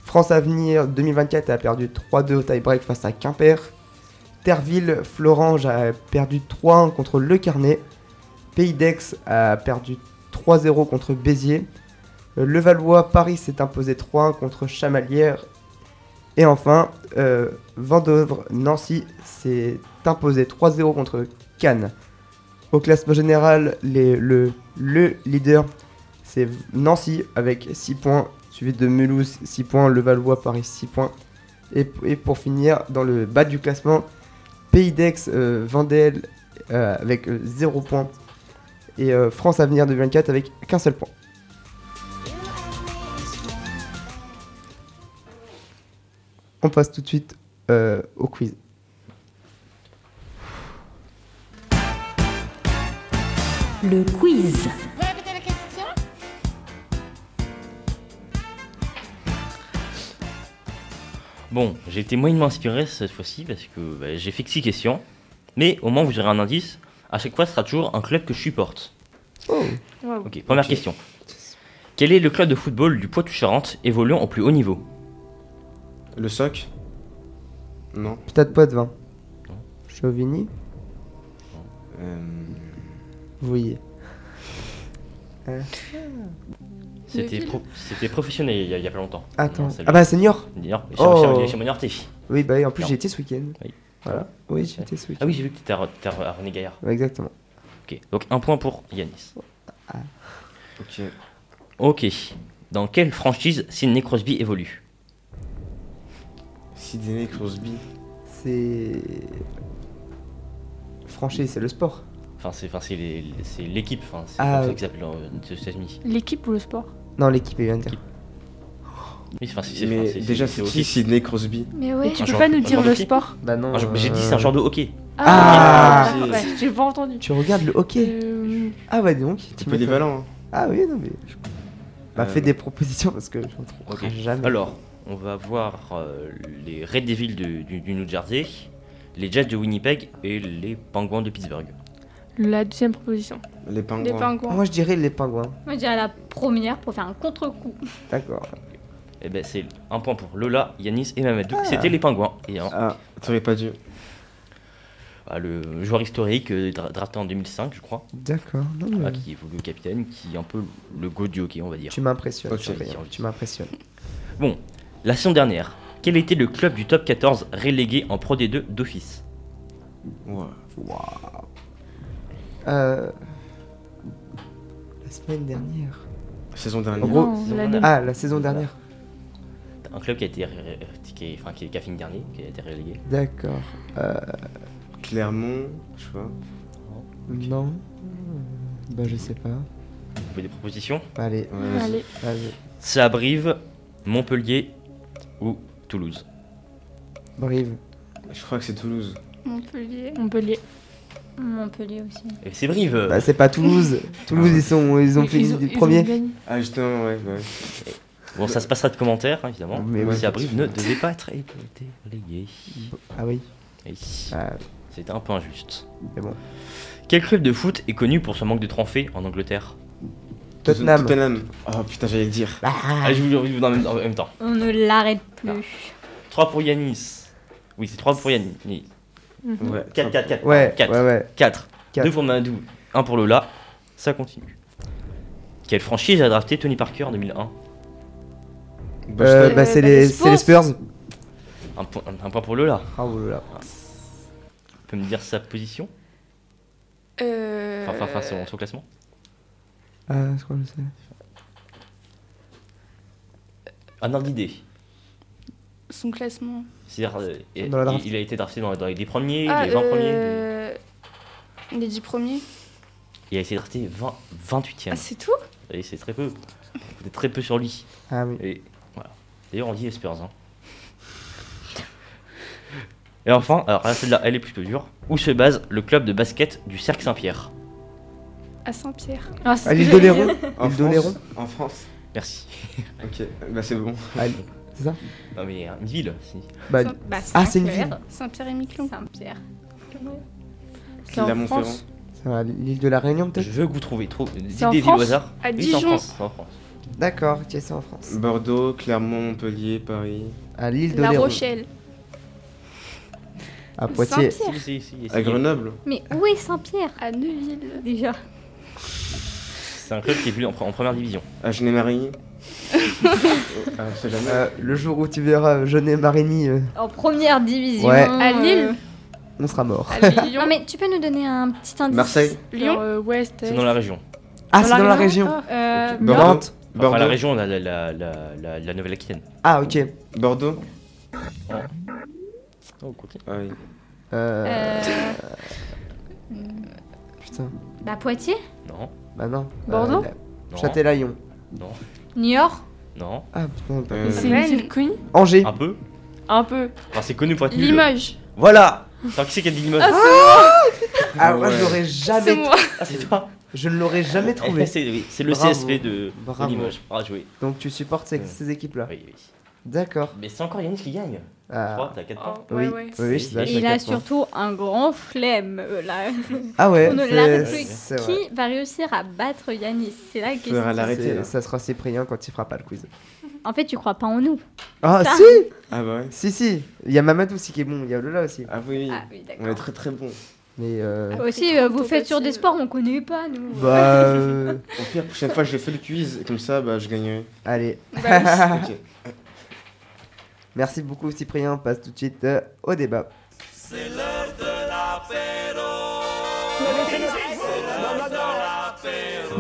France Avenir 2024 a perdu 3-2 au tie-break face à Quimper. Terville, Florange a perdu 3-1 contre Le Carnet. Pays d'Aix a perdu 3-0 contre Béziers. Euh, Levallois, Paris s'est imposé 3-1 contre Chamalières. Et enfin, euh, Vendœuvre, Nancy s'est imposé 3-0 contre Cannes. Au classement général, les- le, le leader, c'est Nancy avec 6 points, suivi de Mulhouse 6 points, Levallois, Paris 6 points. Et, et pour finir, dans le bas du classement, Pays d'Aix, euh, Vendel euh, avec 0 points et euh, France Avenir 2024 avec qu'un seul point. On passe tout de suite euh, au quiz. Le quiz. Bon, j'ai été moyennement inspiré cette fois-ci parce que bah, j'ai fixé questions. Mais au moins, vous aurez un indice. À chaque fois, ce sera toujours un club que je supporte. Waouh. Ok, première question. Quel est le club de football du Poitou-Charentes évoluant au plus haut niveau Le soc Non. Peut-être pas de 20. Chauvigny Euh, Oui. C'était Neuville. pro- c'était professionnel il y, a, il y a pas longtemps. Attends. Non, c'est Ah le- bah Senior D'ailleurs, Oh. sur- sur la direction Minorté. Oui, bah en plus Non. j'ai été ce week-end. Oui. Voilà. Oui, j'ai été ce week-end. Ah oui, j'ai vu que t'étais à, Re- t'étais à René Gaillard. Ouais, Exactement. Ok, donc un point pour Yanis. ok. Ok. Dans quelle franchise Sidney Crosby évolue Sidney Crosby. C'est. Franchi, c'est le sport. Enfin, c'est enfin, c'est les- les- c'est l'équipe, enfin, c'est Ah, comme ça euh, oui. qu'ils appellent aux États-Unis. L'équipe ou le sport Non, l'équipe est Inter. Oui, enfin, c'est- c'est- enfin, Mais c'est- déjà, c'est- c'est c'est qui aussi- Sidney Crosby Mais Mais ouais. Eh, tu Un peux joueur- pas nous un dire joueur de le hockey sport Bah non. Ah, je- euh, J'ai dit c'est un genre de hockey. Ah. ok. Ouais, J'ai pas entendu. Tu regardes le hockey Euh, Ah ouais, donc. T'es tu pas m'étonnes. dévalant. hein. Ah oui, non mais. Bah Euh, fais des propositions parce que j'en trouverai Ok. jamais. Alors, on va voir euh, les Red Devils de- du, du New Jersey, les Jazz de Winnipeg et les Penguins de Pittsburgh. La deuxième proposition. Les pingouins. Les pingouins. Moi je dirais les pingouins. Moi, je dirais la première pour faire un contre-coup. D'accord. Et ben, c'est un point pour Lola, Yanis et Ah. Mamadou. C'était les Penguins. Et euh, un- Ah, t'aurais pas dû. ah, le joueur historique, euh, dra- drafté en 2005, je crois, D'accord. non, Mm. mais ah, qui évolue au capitaine, qui est un peu le go du hockey, on va dire. Tu m'impressionnes. Ok. Cyprien, Tu m'impressionnes. Bon, la saison dernière, quel était le club du top 14 relégué en Pro D2 d'office Ouais. Euh... La semaine dernière. Saison dernière. En gros- Non, la- Ah, la saison dernière. Un club qui a été, ré- ré- qui est- enfin, qui est- qui a fini dernier, qui a été relégué. D'accord. Clermont, je vois. Non. Bah, je sais pas. Vous avez des propositions Bah, Allez, Ouais, Allez, allez. C'est à Brive, Montpellier ou Toulouse. Brive. Je crois que c'est Toulouse. Montpellier. Montpellier. Montpellier aussi. Et c'est Brive Bah, c'est pas Toulouse. Toulouse, ils, sont, ils ont fait les premiers. gagné. Ah, justement, ouais. ouais. Bon, ça se passera de commentaires, hein, évidemment. Mais Mais ouais, à Brive ne devait pas être délégué. Ah oui. Oui. Ah, C'était un peu injuste. mais bon. Quel club de foot est connu pour son manque de trophées en Angleterre Tottenham. Tottenham. Oh putain, j'allais le dire. ah, Je vous le dis en même- en même temps. On ne l'arrête plus. 3 pour Yanis. Oui, c'est 3 pour Yanis. Ouais. 4, 4, 4. Ouais, 4. ouais, ouais. 4. Quatre. 2 pour Madou, 1 pour Lola. Ça continue. Quelle franchise a drafté Tony Parker en 2001 Euh, Boston. bah, c'est les, c'est les Spurs. un, point- un point pour Lola. Ah, oh là là. Tu peux me dire sa position Euh... Enfin, enfin, enfin, son, son classement Ah, je crois que je sais. Un ordre d'idée. Son classement. C'est-à-dire, euh, il, Dans la draft. il a été drafté dans, dans les premiers, ah, les 20 premiers. les- euh... Les 10 premiers. Il a été drafté 20, 28 e Ah, c'est tout Et c'est très peu. On connaît très peu sur lui. Ah oui. Et voilà. D'ailleurs, on dit les Spurs. hein. Et enfin, alors là, celle-là, elle est plutôt dure. Où se base le club de basket du Cercle Saint-Pierre À Saint-Pierre. Ah, c'est Ah, ce que l'île j'allais dire. d'Oléron. En Ils France. donneront. En France. Merci. Ok, bah c'est bon. Ah, C'est ça Non, mais euh, une ville. si. Bah, Saint- Bah, Ah, c'est une Saint-Pierre. Saint-Pierre et Miquelon. Saint-Pierre. C'est en Clermont-Ferrand. France. ça va, l'île de la Réunion peut-être Je veux que vous trouviez trop. Des en idées France au hasard. À Oui, c'est en Dijon. France. c'est en France. D'accord, tiens, c'est en France. Bordeaux, Clermont, Montpellier, Paris. À l'île de La Rochelle. À Poitiers. Saint-Pierre. Si, si, si, À essayez. Grenoble. Mais où est Saint-Pierre À Neuville. déjà C'est un club qui est venu en, pre- en première division. À Genet-Marie. ah, ça jamais. Euh, le jour où tu verras Jeunet Marigny, euh, En première division. Ouais. euh, À Lille. Ah, on sera mort. À Lyon. Non Ah, mais tu peux nous donner un petit indice Marseille. Lyon. Euh, Lyon. ouest. C'est dans la région. Ah, c'est dans la région. Euh, Bordeaux. Nantes. Enfin, Bordeaux. la région, la, la, la, la, la- la Nouvelle-Aquitaine. Ah, ok. Bordeaux. Oh, continue. Ah oui. Euh, euh, Putain, bah Poitiers, Non, bah non. Bordeaux Euh, non, Châtelaillon. Niort, non, Ah, putain. pas- Euh, C'est une ville connue Angers. un peu. Un peu. Enfin, c'est connu pour être nul. Limoges. Voilà Attends, qui c'est qui a dit Limoges Ah, Ah moi, je ouais. l'aurais C'est jamais. moi. Ah, c'est toi Je ne l'aurais jamais trouvé. <laughs> Eh, C'est oui, c'est le Bravo. CSP de Bravo. de Limoges. Bravo joué. Donc, tu supportes ces, Ouais. ces équipes-là. Oui, oui. D'accord. Mais c'est encore Yannis qui gagne. Ah, 3, t'as 4 points. Oh, oui. ouais, ouais. oui, oui, c'est ça, Et je hein. il sais à a quel point. surtout un grand flemme euh, là. Ah ouais, On ne c'est- l'arrête plus. c'est vrai. Qui va réussir à battre Yanis C'est la question. Faudra l'arrêter. C'est- là. Ça sera Cyprien quand il fera pas le quiz. En fait, tu crois pas en nous. Ah, Ça. si Ah bah ouais. Si, si. Il y a Mamadou aussi qui est bon. Il y a Lola aussi. Ah oui. oui. Ah oui, On est d'accord. très très bon. Mais euh... Ah, Aussi, euh, vous faites sur des sports, on connaît pas nous. Bah. euh, Au pire, prochaine fois, je fais le quiz. Comme ça, bah je gagnerai. Allez. Ok. Merci beaucoup, Cyprien. On passe tout de suite euh, au débat.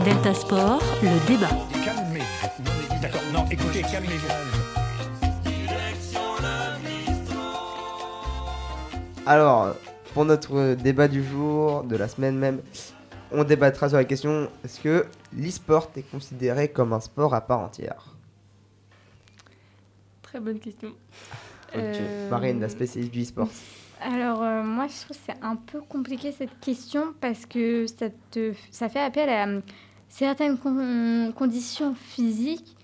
Delta Sport, le débat. Calmez-vous. Non, mais D'accord, non, écoutez, calmez-vous. Alors, pour notre euh, débat du jour, de la semaine même, on débattra sur la question est-ce que l'e-sport est considéré comme un sport à part entière Très bonne question. Ok. Euh, Marine, la spécialiste du e-sport. Alors, euh, moi, je trouve que c'est un peu compliqué cette question parce que ça, te, ça fait appel à euh, certaines con- conditions physiques.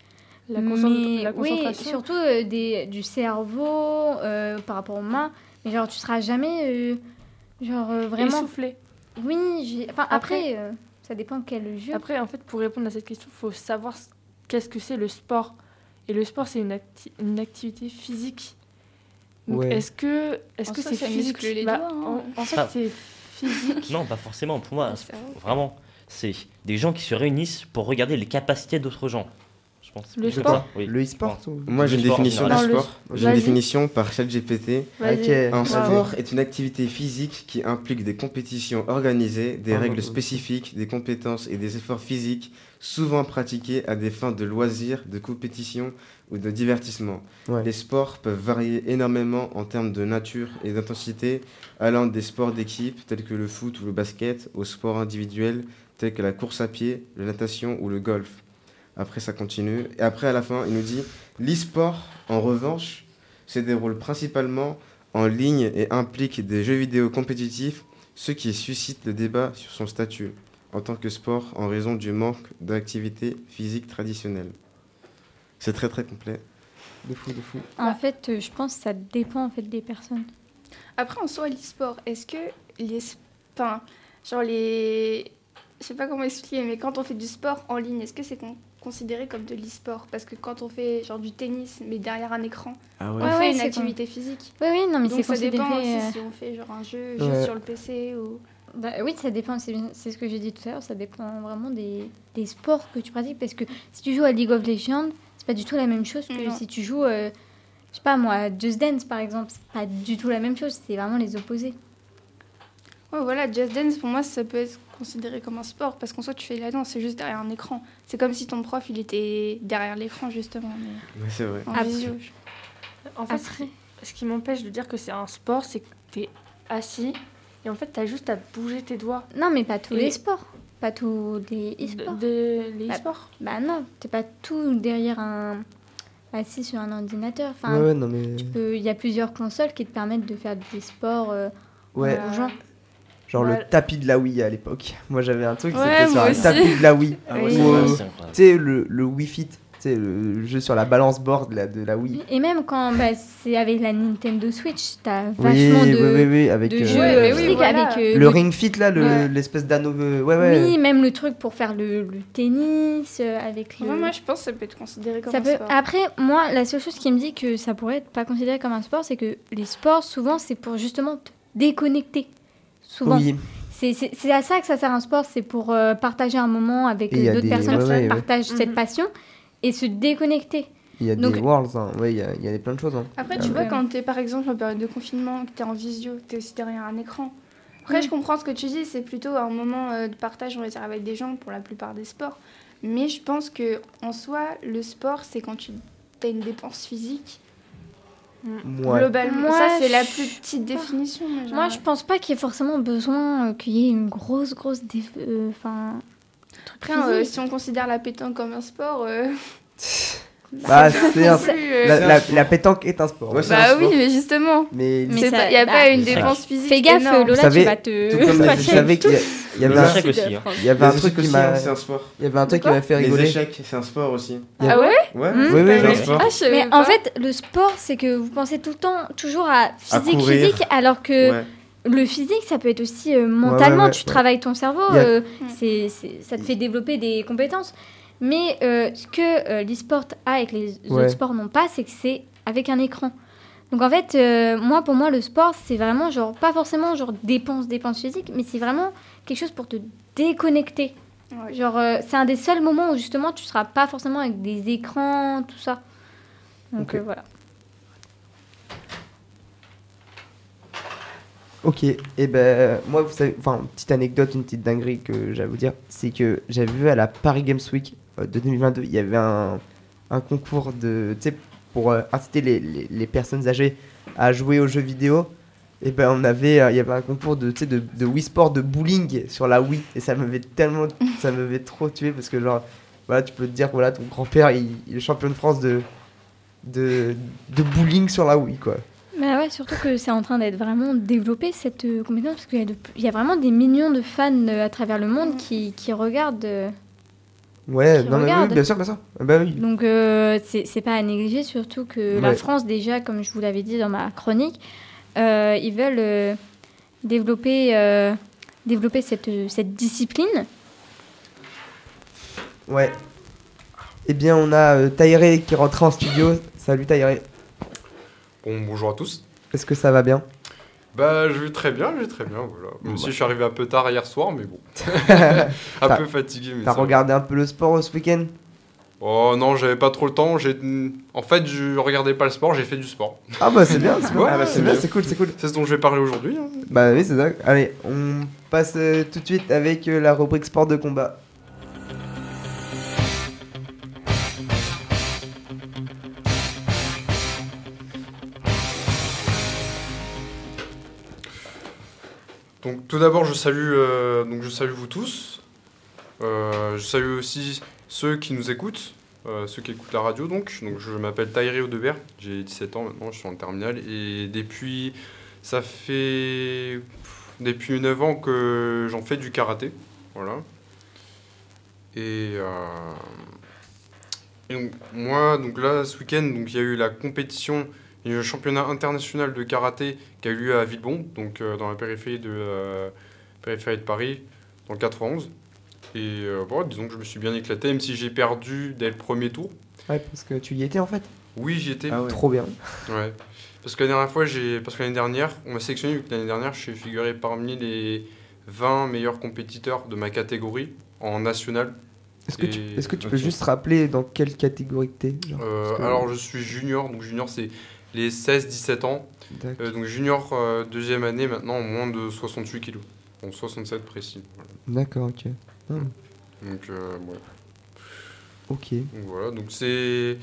La, concentra- mais- la oui, concentration. surtout euh, des, du cerveau euh, par rapport aux mains. Mais genre, tu seras jamais. euh, genre, euh, vraiment. Essoufflé. Oui, j'ai- enfin, après, Après- euh, ça dépend quel jeu. Après, en fait, pour répondre à cette question, il faut savoir ce- qu'est-ce que c'est le sport. Et le sport, c'est une, acti- une activité physique. Donc, Ouais. Est-ce que est-ce En que soi, c'est Oh, ça physique Bah, muscle les doigts, hein. en, en fait, Ah. c'est physique. Non, pas forcément. Pour moi, c'est- vraiment, c'est des gens qui se réunissent pour regarder les capacités d'autres gens. Je pense. Le Je sport crois, oui. Le e-sport ou- Mm. Moi, j'ai une Le sport en définition du général. Dans le- sport. J'ai une Vas-y. définition par ChatGPT. Vas-y. Ok. Un Wow. sport est une activité physique qui implique des compétitions organisées, des Ah, règles ok. spécifiques, des compétences et des efforts physiques souvent pratiqués à des fins de loisirs, de compétition ou de divertissement. Ouais. Les sports peuvent varier énormément en termes de nature et d'intensité, allant des sports d'équipe tels que le foot ou le basket, aux sports individuels tels que la course à pied, la natation ou le golf. Après, ça continue. Et après, à la fin, il nous dit l'e-sport, en revanche, se déroule principalement en ligne et implique des jeux vidéo compétitifs, ce qui suscite le débat sur son statut en tant que sport en raison du manque d'activité physique traditionnelle. C'est très très complet. De fou, de fou. En fait, euh, je pense que ça dépend en fait des personnes. Après, en soi, l'e-sport, est-ce que les. Enfin, genre les. Je sais pas comment expliquer, mais quand on fait du sport en ligne, est-ce que c'est con- considéré comme de l'e-sport Parce que quand on fait genre du tennis, mais derrière un écran, Ah on Ouais, fait ouais, une c'est activité physique. Oui, oui, non, mais c'est Donc ça considéré. dépend aussi euh, si on fait genre un jeu juste Ouais. sur le PC ou. Bah, oui, ça dépend, c'est c'est ce que j'ai dit tout à l'heure, ça dépend vraiment des, des sports que tu pratiques. Parce que si tu joues à League of Legends, c'est pas du tout la même chose que Non. si tu joues, euh, je sais pas moi, à Just Dance par exemple, c'est pas du tout la même chose, c'est vraiment les opposés. Ouais, voilà, Just Dance, pour moi, ça peut être considéré comme un sport. Parce qu'en soi, tu fais la danse, c'est juste derrière un écran. C'est comme si ton prof, il était derrière l'écran, justement. Mais Ouais, c'est vrai. en Ah, visio. En fait, Après. ce qui m'empêche de dire que c'est un sport, c'est que t'es assis et en fait, t'as juste à bouger tes doigts. Non, mais pas tous Et- les sports, pas tous les e-sports. De, de- les Bah, e-sports. Bah non, t'es pas tout derrière un. assis sur un ordinateur. Enfin, ouais, ouais, non mais. tu peux- il y a plusieurs consoles qui te permettent de faire des sports euh, Ouais, aux gens. genre Ouais. le tapis de la Wii à l'époque. Moi j'avais un truc, Ouais, c'était sur moi un aussi. tapis de la Wii. Ah ouais, Oui. c'est Ou, vrai, euh, c'est incroyable. Tu sais, le, le Wii Fit, tu sais, le jeu sur la balance board de la, de la Wii. Et même quand bah, c'est avec la Nintendo Switch, t'as Oui, vachement oui, de, oui, oui, avec de euh, jeux Ouais, mais oui, physiques voilà. avec euh, le Ring Fit là, le- Ouais. l'espèce d'anneau. euh, Ouais, ouais. Oui, même le truc pour faire le, le tennis euh, avec le. Ouais, moi, je pense que ça peut être considéré comme ça un peut... sport. Après, moi, la seule chose qui me dit que ça pourrait être pas considéré comme un sport, c'est que les sports, souvent, c'est pour justement te déconnecter. Souvent. Oui, C'est- C'est c'est à ça que ça sert un sport, c'est pour euh, partager un moment avec Et il y euh, a d'autres des- personnes ouais, qui ouais, ouais. partagent cette Mhm. passion et se déconnecter. il y a Donc- des Worlds, hein. ouais, il y a, il y a des- plein de choses. hein. Après, Ah tu vois, ouais. quand t'es par exemple en période de confinement, que t'es en visio, t'es aussi derrière un écran. Après, Mm. je comprends ce que tu dis, c'est plutôt un moment euh, de partage, on va dire, avec des gens pour la plupart des sports. Mais je pense que en soi, le sport, c'est quand tu as une dépense physique. Mm. Ouais. Globalement, Moi, ça, c'est la je- plus petite définition. mais genre- Moi, je pense pas qu'il y ait forcément besoin euh, qu'il y ait une grosse, grosse. dé- euh, Enfin. truc Après, euh, physique. si on considère la pétanque comme un sport, euh, Bah, <laughs> c'est <laughs> un- non plus, euh, la, C'est un la- sport. la pétanque est un sport. hein. Ouais, c'est un bah oui, sport. mais justement, Mais Mais il n'y ça- a bah, pas une c'est dépense physique. Fais gaffe, énorme. Lola, Vous savez, tu vas tout te. <laughs> comme fâcher. je savais qu'il y a- il y, avait Le un- échecs aussi. hein. il y avait un Les truc échecs qui aussi, m'a hein, c'est un sport. il y avait un truc qui m'a fait Les rigoler. échecs, c'est un sport aussi. Ah ouais Ouais. Hmm Oui, oui, C'est un oui. sport. Ah, je savais Mais en pas. fait, le sport, c'est que vous pensez tout le temps toujours à physique, courir. physique, alors que Ouais. le physique, ça peut être aussi euh, mentalement. ouais, tu ouais. travailles ton cerveau, Il y a- euh, c'est- c'est- ça te fait développer des compétences. Mais euh, ce que euh, l'e-sport a et que les Ouais. autres sports n'ont pas, c'est que c'est avec un écran. Donc en fait, euh, moi, pour moi, le sport, c'est vraiment genre, pas forcément genre dépense, dépense physique, mais c'est vraiment quelque chose pour te déconnecter. Ouais. Genre, euh, c'est un des seuls moments où justement tu seras pas forcément avec des écrans, tout ça. Donc Ok. euh, voilà. Ok, et ben moi, vous savez, enfin, petite anecdote, une petite dinguerie que j'allais vous dire, c'est que j'avais vu à la Paris Games Week euh, de 2022, il y avait un, un concours de, tu sais, pour euh, inciter les, les, les personnes âgées à jouer aux jeux vidéo. Et ben on avait, euh, il y avait un concours de, tu sais, de, de Wii Sport, de bowling sur la Wii, et ça m'avait tellement, ça m'avait trop tué parce que genre, voilà, tu peux te dire, voilà, ton grand-père, il, il est champion de France de, de, de bowling sur la Wii, quoi. Bah ouais, surtout que c'est en train d'être vraiment développé cette euh, compétence parce qu'il y, a de plus- il y a vraiment des millions de fans euh, à travers le monde qui, qui regardent. euh, Ouais, Qui non, mais oui, regarde. bien sûr, bien sûr. Ah Bah oui. Donc euh, c'est c'est pas à négliger, surtout que la Ouais. France déjà, comme je vous l'avais dit dans ma chronique, euh, ils veulent euh, développer, euh, développer cette, euh, cette discipline. Ouais. Eh bien, on a euh, Tairé qui est rentré en studio. Salut Tairé. Bon, bonjour à tous. Est-ce que ça va <laughs> bien Bah, je vais très bien, je vais très bien, voilà. Euh, Même Bon, si bah. je suis arrivé un peu tard hier soir, mais bon. un T'as- peu fatigué, mais T'as ça va. regardé un peu le sport euh, ce week-end Oh non, j'avais pas trop le temps. J'ai... En fait, je regardais pas le sport, j'ai fait du sport. Ah bah c'est bien, c'est bien. Ouais, Ah bah, c'est c'est bien, bien. c'est cool, c'est cool. C'est ce dont je vais parler aujourd'hui. hein. Bah oui, c'est ça. Allez, on passe euh, tout de suite avec euh, la rubrique sport de combat. Donc tout d'abord, je salue euh, donc je salue vous tous. Euh, je salue aussi ceux qui nous écoutent, euh, ceux qui écoutent la radio donc. Donc je m'appelle Thierry Audebert, j'ai 17 ans maintenant, je suis en terminale et depuis ça fait pff, depuis 9 ans que j'en fais du karaté. Voilà. Et, euh, et donc, moi, donc là, ce week-end, donc, il y a eu la compétition, il y a eu le championnat international de karaté qui a eu lieu à Villebon, donc euh, dans la périphérie de, euh, périphérie de Paris, dans le 91. Et euh, bon, disons que je me suis bien éclaté, même si j'ai perdu dès le premier tour. Ouais, parce que tu y étais en fait. Oui, j'y étais. Trop bien. Ouais. Parce que la dernière fois, j'ai. Parce que l'année dernière, on m'a sélectionné, vu que l'année dernière, je suis figuré parmi les 20 meilleurs compétiteurs de ma catégorie en national. Est-ce que, tu, Et- est-ce que tu peux Ok. juste rappeler dans quelle catégorie que t'es genre Euh, Parce que- Alors, je suis junior, donc junior, c'est les 16-17 ans. D'accord. Euh, donc, junior, euh, deuxième année, maintenant, en moins de 68 kilos. En 67 précis. voilà. D'accord, ok. Non, mais- Donc, euh, ouais. Ok. Donc voilà, donc c'est.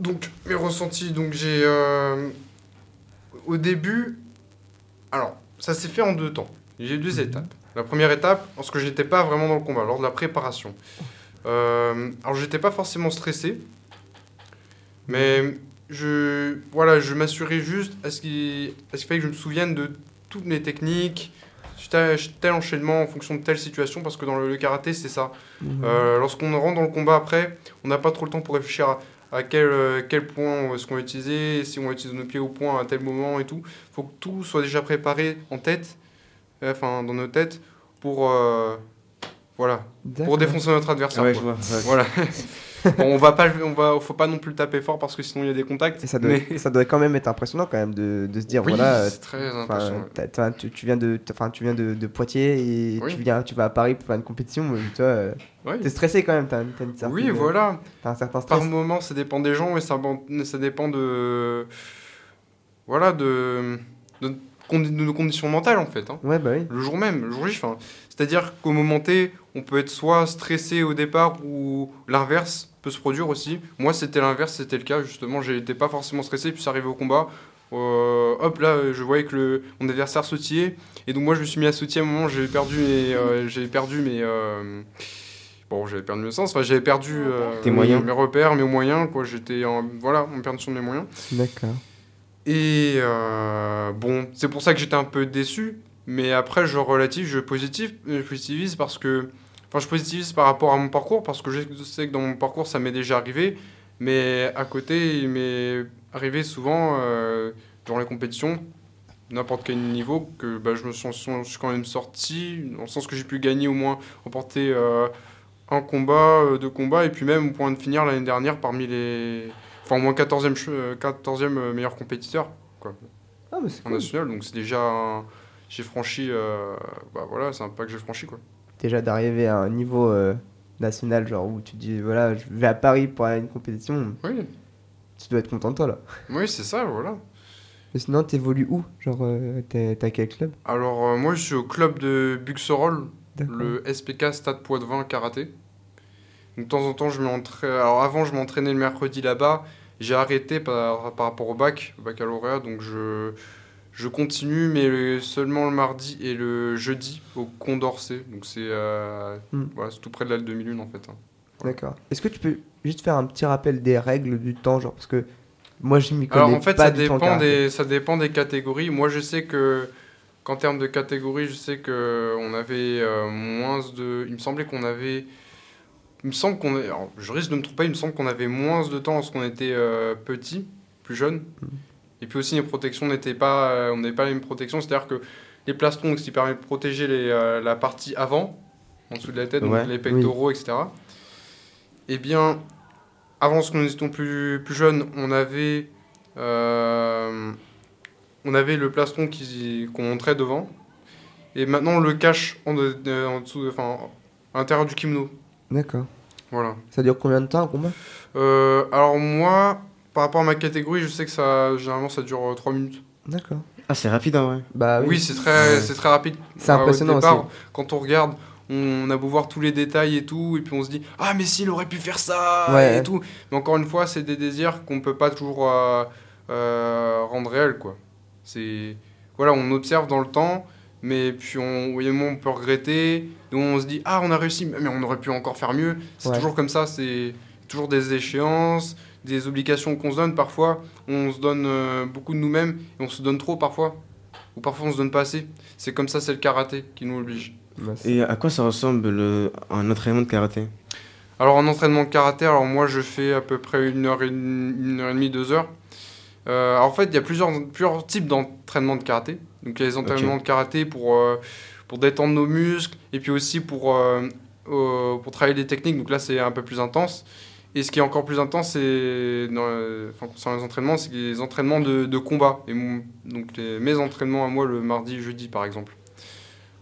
Donc mes ressentis, donc j'ai. euh, Au début. Alors, ça s'est fait en deux temps. J'ai eu Hmm. deux étapes. La première étape, lorsque j'étais pas vraiment dans le combat, lors de la préparation. Euh, alors j'étais pas forcément stressé. Mais je. Voilà, je m'assurais juste à ce qu'il à ce qu'il fallait que je me souvienne de toutes mes techniques. tel- Tel enchaînement en fonction de telle situation, parce que dans le le karaté, c'est ça. Mhm. Euh, Lorsqu'on rentre dans le combat après, on n'a pas trop le temps pour réfléchir à, à quel, euh, quel point est-ce qu'on va utiliser, si on va utiliser nos pieds au point à tel moment et tout. Il faut que tout soit déjà préparé en tête, euh, enfin dans nos têtes, pour, euh, voilà, D'accord. pour défoncer notre adversaire. Ah ouais, quoi. je vois. Ouais. Voilà. <laughs> Bon, on va pas, on va, faut pas non plus le taper fort parce que sinon il y a des contacts. Et ça doit, mais- ça doit quand même être impressionnant quand même de, de se dire Oui, voilà euh, c'est très enfin, impressionnant. t'as- t'as- tu, tu viens de enfin tu viens de, de Poitiers et Oui. tu viens tu vas à Paris pour faire une compétition mais toi euh, Oui. t'es stressé quand même t'as, une- t'as une certaine, Oui, voilà. t'as un certain stress Par moment, ça dépend des gens et ça, ban- ça dépend de. Voilà, de. de, condi- de nos conditions mentales en fait. hein. ouais bah oui Le jour même, le jour J. enfin, C'est-à-dire qu'au moment T, on peut être soit stressé au départ ou l'inverse peut se produire aussi. Moi, c'était l'inverse, c'était le cas justement. J'étais pas forcément stressé, puis c'est arrivé au combat. euh, hop là, euh, je voyais que le, mon adversaire sautillait. Et donc, moi, je me suis mis à sautiller à un moment, j'ai perdu mes. euh, j'ai perdu mes. euh, Bon, j'avais perdu mes sens, enfin, j'avais perdu euh, Tes moyens. mes repères, mes moyens, quoi. J'étais en. Voilà, en perdition de mes moyens. d'accord Et euh, bon, c'est pour ça que j'étais un peu déçu, mais après je relative, je positive, je positivise parce que, enfin je positivise par rapport à mon parcours parce que je sais que dans mon parcours ça m'est déjà arrivé, mais à côté il m'est arrivé souvent euh, durant les compétitions, n'importe quel niveau, que bah, je me sens, je suis quand même sorti, dans le sens que j'ai pu gagner au moins, remporter euh, un combat, euh, deux combats, et puis même au point de finir l'année dernière parmi les, enfin au moins 14e, che- euh, 14e euh, meilleur compétiteur ah mais c'est en cool. national, donc c'est déjà un- j'ai franchi, euh, bah voilà, c'est un pas que j'ai franchi quoi. déjà d'arriver à un niveau euh, national genre où tu te dis voilà je vais à Paris pour aller à une compétition Oui, tu dois être content de toi là oui c'est ça, voilà. mais sinon t'évolues où genre euh, t'es- t'as quel club Alors euh, moi je suis au club de Buxerolles, D'accord. le SPK Stade Poitvin Karaté. Donc, de temps en temps, je m'entraîne. Alors avant, je m'entraînais le mercredi là-bas. J'ai arrêté par, par rapport au bac, au baccalauréat, donc je, je continue, mais le- seulement le mardi et le jeudi au Condorcet. Donc c'est euh, Hmm. voilà, c'est tout près de la demi-lune en fait. hein. D'accord. Est-ce que tu peux juste faire un petit rappel des règles du temps, genre parce que moi je m'y connais Alors en fait, pas ça du tout en dépend, karaté. des, ça dépend des catégories. Moi, je sais que qu'en termes de catégories, je sais que on avait euh, moins de. Il me semblait qu'on avait. Il me semble qu'on. est- alors, je risque de me tromper. Il me semble qu'on avait moins de temps lorsqu'on était euh, petit, plus jeune. Et puis aussi, les protections n'étaient pas. euh, on n'avait pas les mêmes protections. C'est-à-dire que les plastrons, ce qui permet de protéger les, euh, la partie avant, en dessous de la tête, donc Ouais, les pectoraux, etc. Eh bien, avant, ce qu'on étions plus, plus jeunes, on avait. Euh, on avait le plastron qui- qu'on montrait devant. Et maintenant, on le cache en, de- de- en dessous, de- enfin, à l'intérieur du kimono. D'accord. Voilà. Ça dure combien de temps un combat Euh, alors, moi, par rapport à ma catégorie, je sais que ça, généralement, ça dure 3 minutes. D'accord. Ah, c'est rapide en vrai. Bah oui, c'est très, c'est très rapide. C'est Ah, au impressionnant départ, aussi. Quand on regarde, on a beau voir tous les détails et tout, et puis on se dit Ah, mais s'il aurait pu faire ça Ouais. et tout. Mais encore une fois, c'est des désirs qu'on peut pas toujours euh, euh, rendre réels, quoi. C'est. voilà, on observe dans le temps, mais puis on, au moment où on peut regretter, nous on se dit ah on a réussi, mais on aurait pu encore faire mieux. C'est Ouais. toujours comme ça, c'est toujours des échéances, des obligations qu'on se donne. Parfois, on se donne euh, beaucoup de nous-mêmes et on se donne trop parfois, ou parfois on se donne pas assez. C'est comme ça, c'est le karaté qui nous oblige. Bah, Et à quoi ça ressemble le, un entraînement de karaté Alors en entraînement de karaté, alors moi je fais à peu près une heure et, une une heure et demie, deux heures. Euh, alors, en fait, il y a plusieurs, plusieurs types d'entraînement de karaté. Donc il y a les entraînements de karaté pour, euh, pour détendre nos muscles et puis aussi pour, euh, euh, pour travailler les techniques. Donc là c'est un peu plus intense. Et ce qui est encore plus intense, c'est dans, euh, enfin, concernant les entraînements, c'est les entraînements de, de combat. Et mon- donc les- mes entraînements à moi le mardi, jeudi par exemple.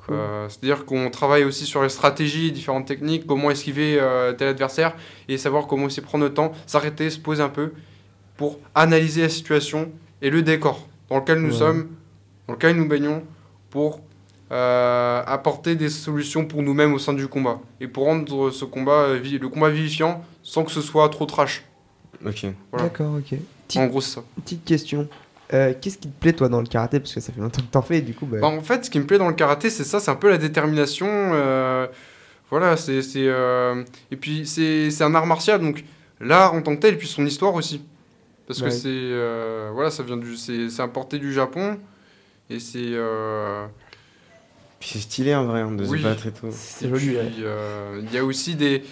Euh, C'est-à-dire qu'on travaille aussi sur les stratégies, différentes techniques, comment esquiver euh, tel adversaire et savoir comment aussi prendre le temps, s'arrêter, se poser un peu pour analyser la situation et le décor dans lequel nous Ouais. sommes, dans lequel nous baignons, pour euh, apporter des solutions pour nous-mêmes au sein du combat et pour rendre ce combat, euh, vi- le combat vivifiant sans que ce soit trop trash. Ok. Voilà. D'accord, ok. En gros, c'est ça. Petite question. Euh, Qu'est-ce qui te plaît, toi, dans le karaté Parce que ça fait longtemps que t'en fais, et du coup, bah. Bah, en fait, ce qui me plaît dans le karaté, c'est ça, c'est un peu la détermination. euh, voilà, c'est. c'est, euh, et puis, c'est c'est un art martial, donc l'art en tant que tel, et puis son histoire aussi. Parce Ouais. que c'est. euh, voilà, ça vient du. C'est c'est importé du Japon. Et c'est. euh, Puis c'est stylé en vrai, hein, de Oui. se battre et tout. et C'est joli, puis, ouais. euh, Il y a aussi des.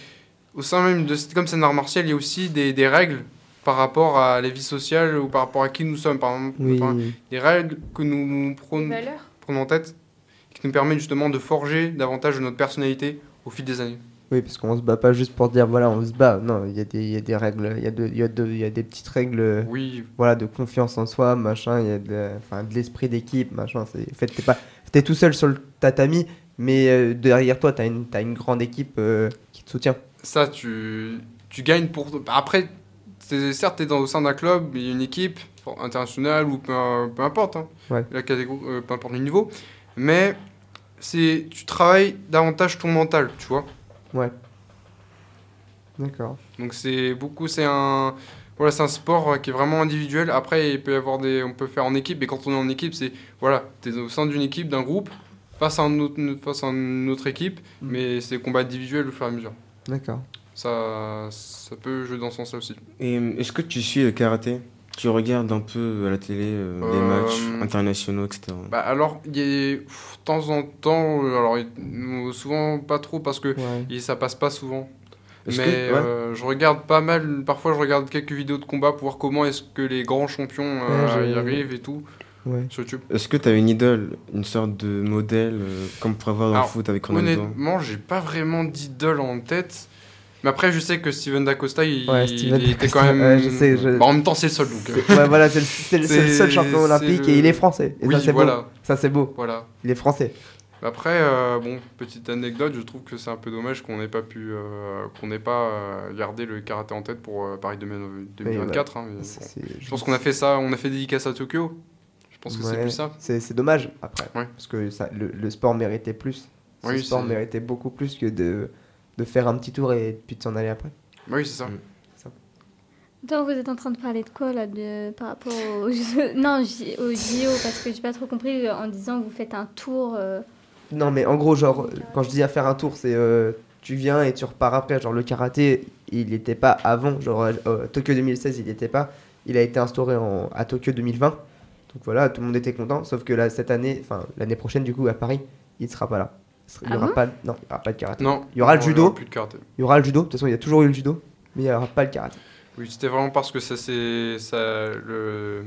Au sein même de. Comme c'est un art martial, il y a aussi des, des règles par rapport à la vie sociale ou par rapport à qui nous sommes. Par exemple, Oui. enfin, des règles que nous prônons Valeur. prenons en tête, qui nous permet justement de forger davantage notre personnalité au fil des années. Oui, parce qu'on se bat pas juste pour dire voilà, on se bat. Non, il y, a des- il y a des règles, il y, a de- il y, a de- il y a des petites règles euh, Oui, voilà, de confiance en soi, machin. Il y a de, la- enfin, de l'esprit d'équipe, machin. c'est- En fait, t'es pas- t'es tout seul sur le tatami, mais euh, derrière toi, t'as une, t'as une grande équipe euh, qui te soutient. ça, tu, tu gagnes pour. bah, Après, c'est- certes, tu es au sein d'un club, mais il y a une équipe enfin, internationale ou peu, peu importe, hein, Ouais. la catégorie, euh, peu importe le niveau, mais c'est tu travailles davantage ton mental, tu vois. D'accord. Donc c'est beaucoup, c'est un, voilà, c'est un sport euh, qui est vraiment individuel. Après, il peut y avoir des, on peut faire en équipe, mais quand on est en équipe, c'est voilà, t'es au sein d'une équipe, d'un groupe, face à un autre, face à une autre équipe, Mm. mais c'est combat individuel au fur et à mesure. D'accord. Ça, ça peut jouer dans ce sens-là aussi. Et euh, est-ce que tu suis le karaté Tu regardes un peu à la télé euh, des Euh, matchs internationaux, etc. Bah alors, il y a, pff, de temps en temps, euh, alors il- souvent pas trop parce que Ouais. il- ça passe pas souvent. Est-ce mais que- ouais. euh, je regarde pas mal, parfois je regarde quelques vidéos de combat pour voir comment est-ce que les grands champions euh, Ouais, j'ai- y arrivent et tout Ouais. sur YouTube. Est-ce que tu as une idole, une sorte de modèle, euh, comme pour avoir dans Alors, le foot avec Ronaldo Honnêtement, j'ai pas vraiment d'idole en tête. Mais après, je sais que Steven D'Acosta, il, Ouais, Steven il était Da Costa, quand même. ouais, je sais, je- Bah, en même temps, c'est le seul donc. C'est- ouais, voilà, c'est le, c'est le- c'est le seul C'est- champion c'est olympique le- et il est français. Et oui, ça, c'est beau. voilà, Ça, c'est beau. voilà. Il est français. Après, euh, bon, petite anecdote, je trouve que c'est un peu dommage qu'on n'ait pas pu, euh, qu'on n'ait pas euh, gardé le karaté en tête pour euh, Paris 2000- 2024. Euh, hein, mais Ça, bon. c'est- Je pense qu'on a fait ça, on a fait dédicace à Tokyo. Je pense que c'est Ouais. plus ça. C'est c'est dommage après. Ouais. Parce que ça, le, le sport méritait plus. Ce Oui, sport c'est- méritait beaucoup plus que de, de faire un petit tour et puis de s'en aller après. Bah oui, c'est ça. Attends, vous êtes en train de parler de quoi là de... par rapport <laughs> aux Non, j- aux JO, parce que j'ai pas trop compris euh, en disant vous faites un tour. euh, Non, mais en gros, genre, quand je dis à faire un tour, c'est euh, tu viens et tu repars après. Genre, le karaté, il n'était pas avant. Genre, euh, euh, Tokyo 2016, il n'était pas. Il a été instauré en, à Tokyo 2020. Donc voilà, tout le monde était content. Sauf que là, cette année, enfin, l'année prochaine, du coup, à Paris, il ne sera pas là. Il sera- Il n'y Ah aura, bon pas- non, il y aura pas de karaté. Non. Il y aura le judo. plus de karaté. Il y aura le judo. De toute façon, il y a toujours eu le judo. Mais il n'y aura pas le karaté. Oui, c'était vraiment parce que ça c'est ça le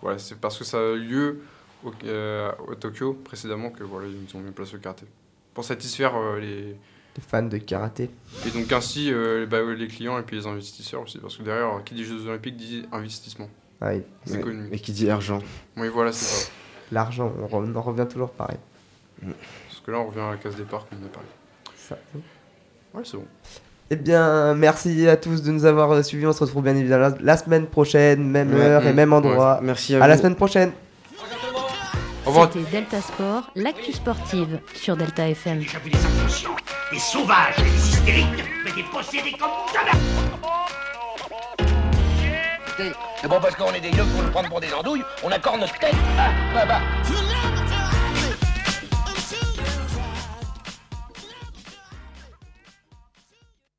voilà, c'est parce que ça a eu lieu au, euh, à Tokyo précédemment que voilà, ils ont mis en place le karaté pour satisfaire euh, les Les fans de karaté. et donc ainsi euh, bah, les clients et puis les investisseurs aussi parce que derrière qui dit Jeux Olympiques dit investissement Ah oui, c'est Ouais. connu. Et qui dit argent Oui, voilà, c'est ça. L'argent, on, re- on en revient toujours pareil. Parce que là on revient à la case départ qu'on a parlé. Ça. Ouais, c'est bon. Eh bien, merci à tous de nous avoir euh, suivis. On se retrouve bien évidemment la, la semaine prochaine, même Ouais, heure et mm, même endroit. Merci à, À la vous. semaine prochaine. Au revoir. C'était Delta Sport, l'actu sportive sur Delta FM. J'ai déjà vu des inconscients, des sauvages, des hystériques, mais des possédés comme jamais C'est pas parce qu'on est des yeux pour nous prendre pour des andouilles, on accorde notre tête. Ah, bah, bah.